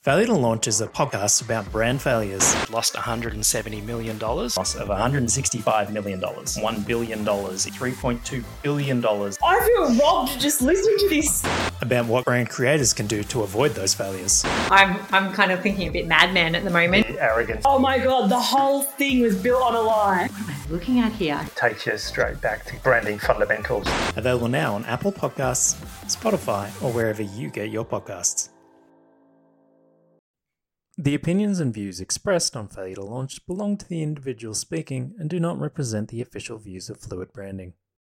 Failure to Launch is a podcast about brand failures, lost $170 million. loss of $165 million, $1 billion, $3.2 billion, I feel robbed just listening to this. about what brand creators can do to avoid those failures. I'm I'm kind of thinking a bit madman at the moment. Arrogance Oh my god, the whole thing was built on a lie. looking at here. takes you straight back to branding fundamentals. Available now on Apple Podcasts, Spotify, or wherever you get your podcasts. The opinions and views expressed on Failure to Launch belong to the individual speaking and do not represent the official views of Fluid Branding.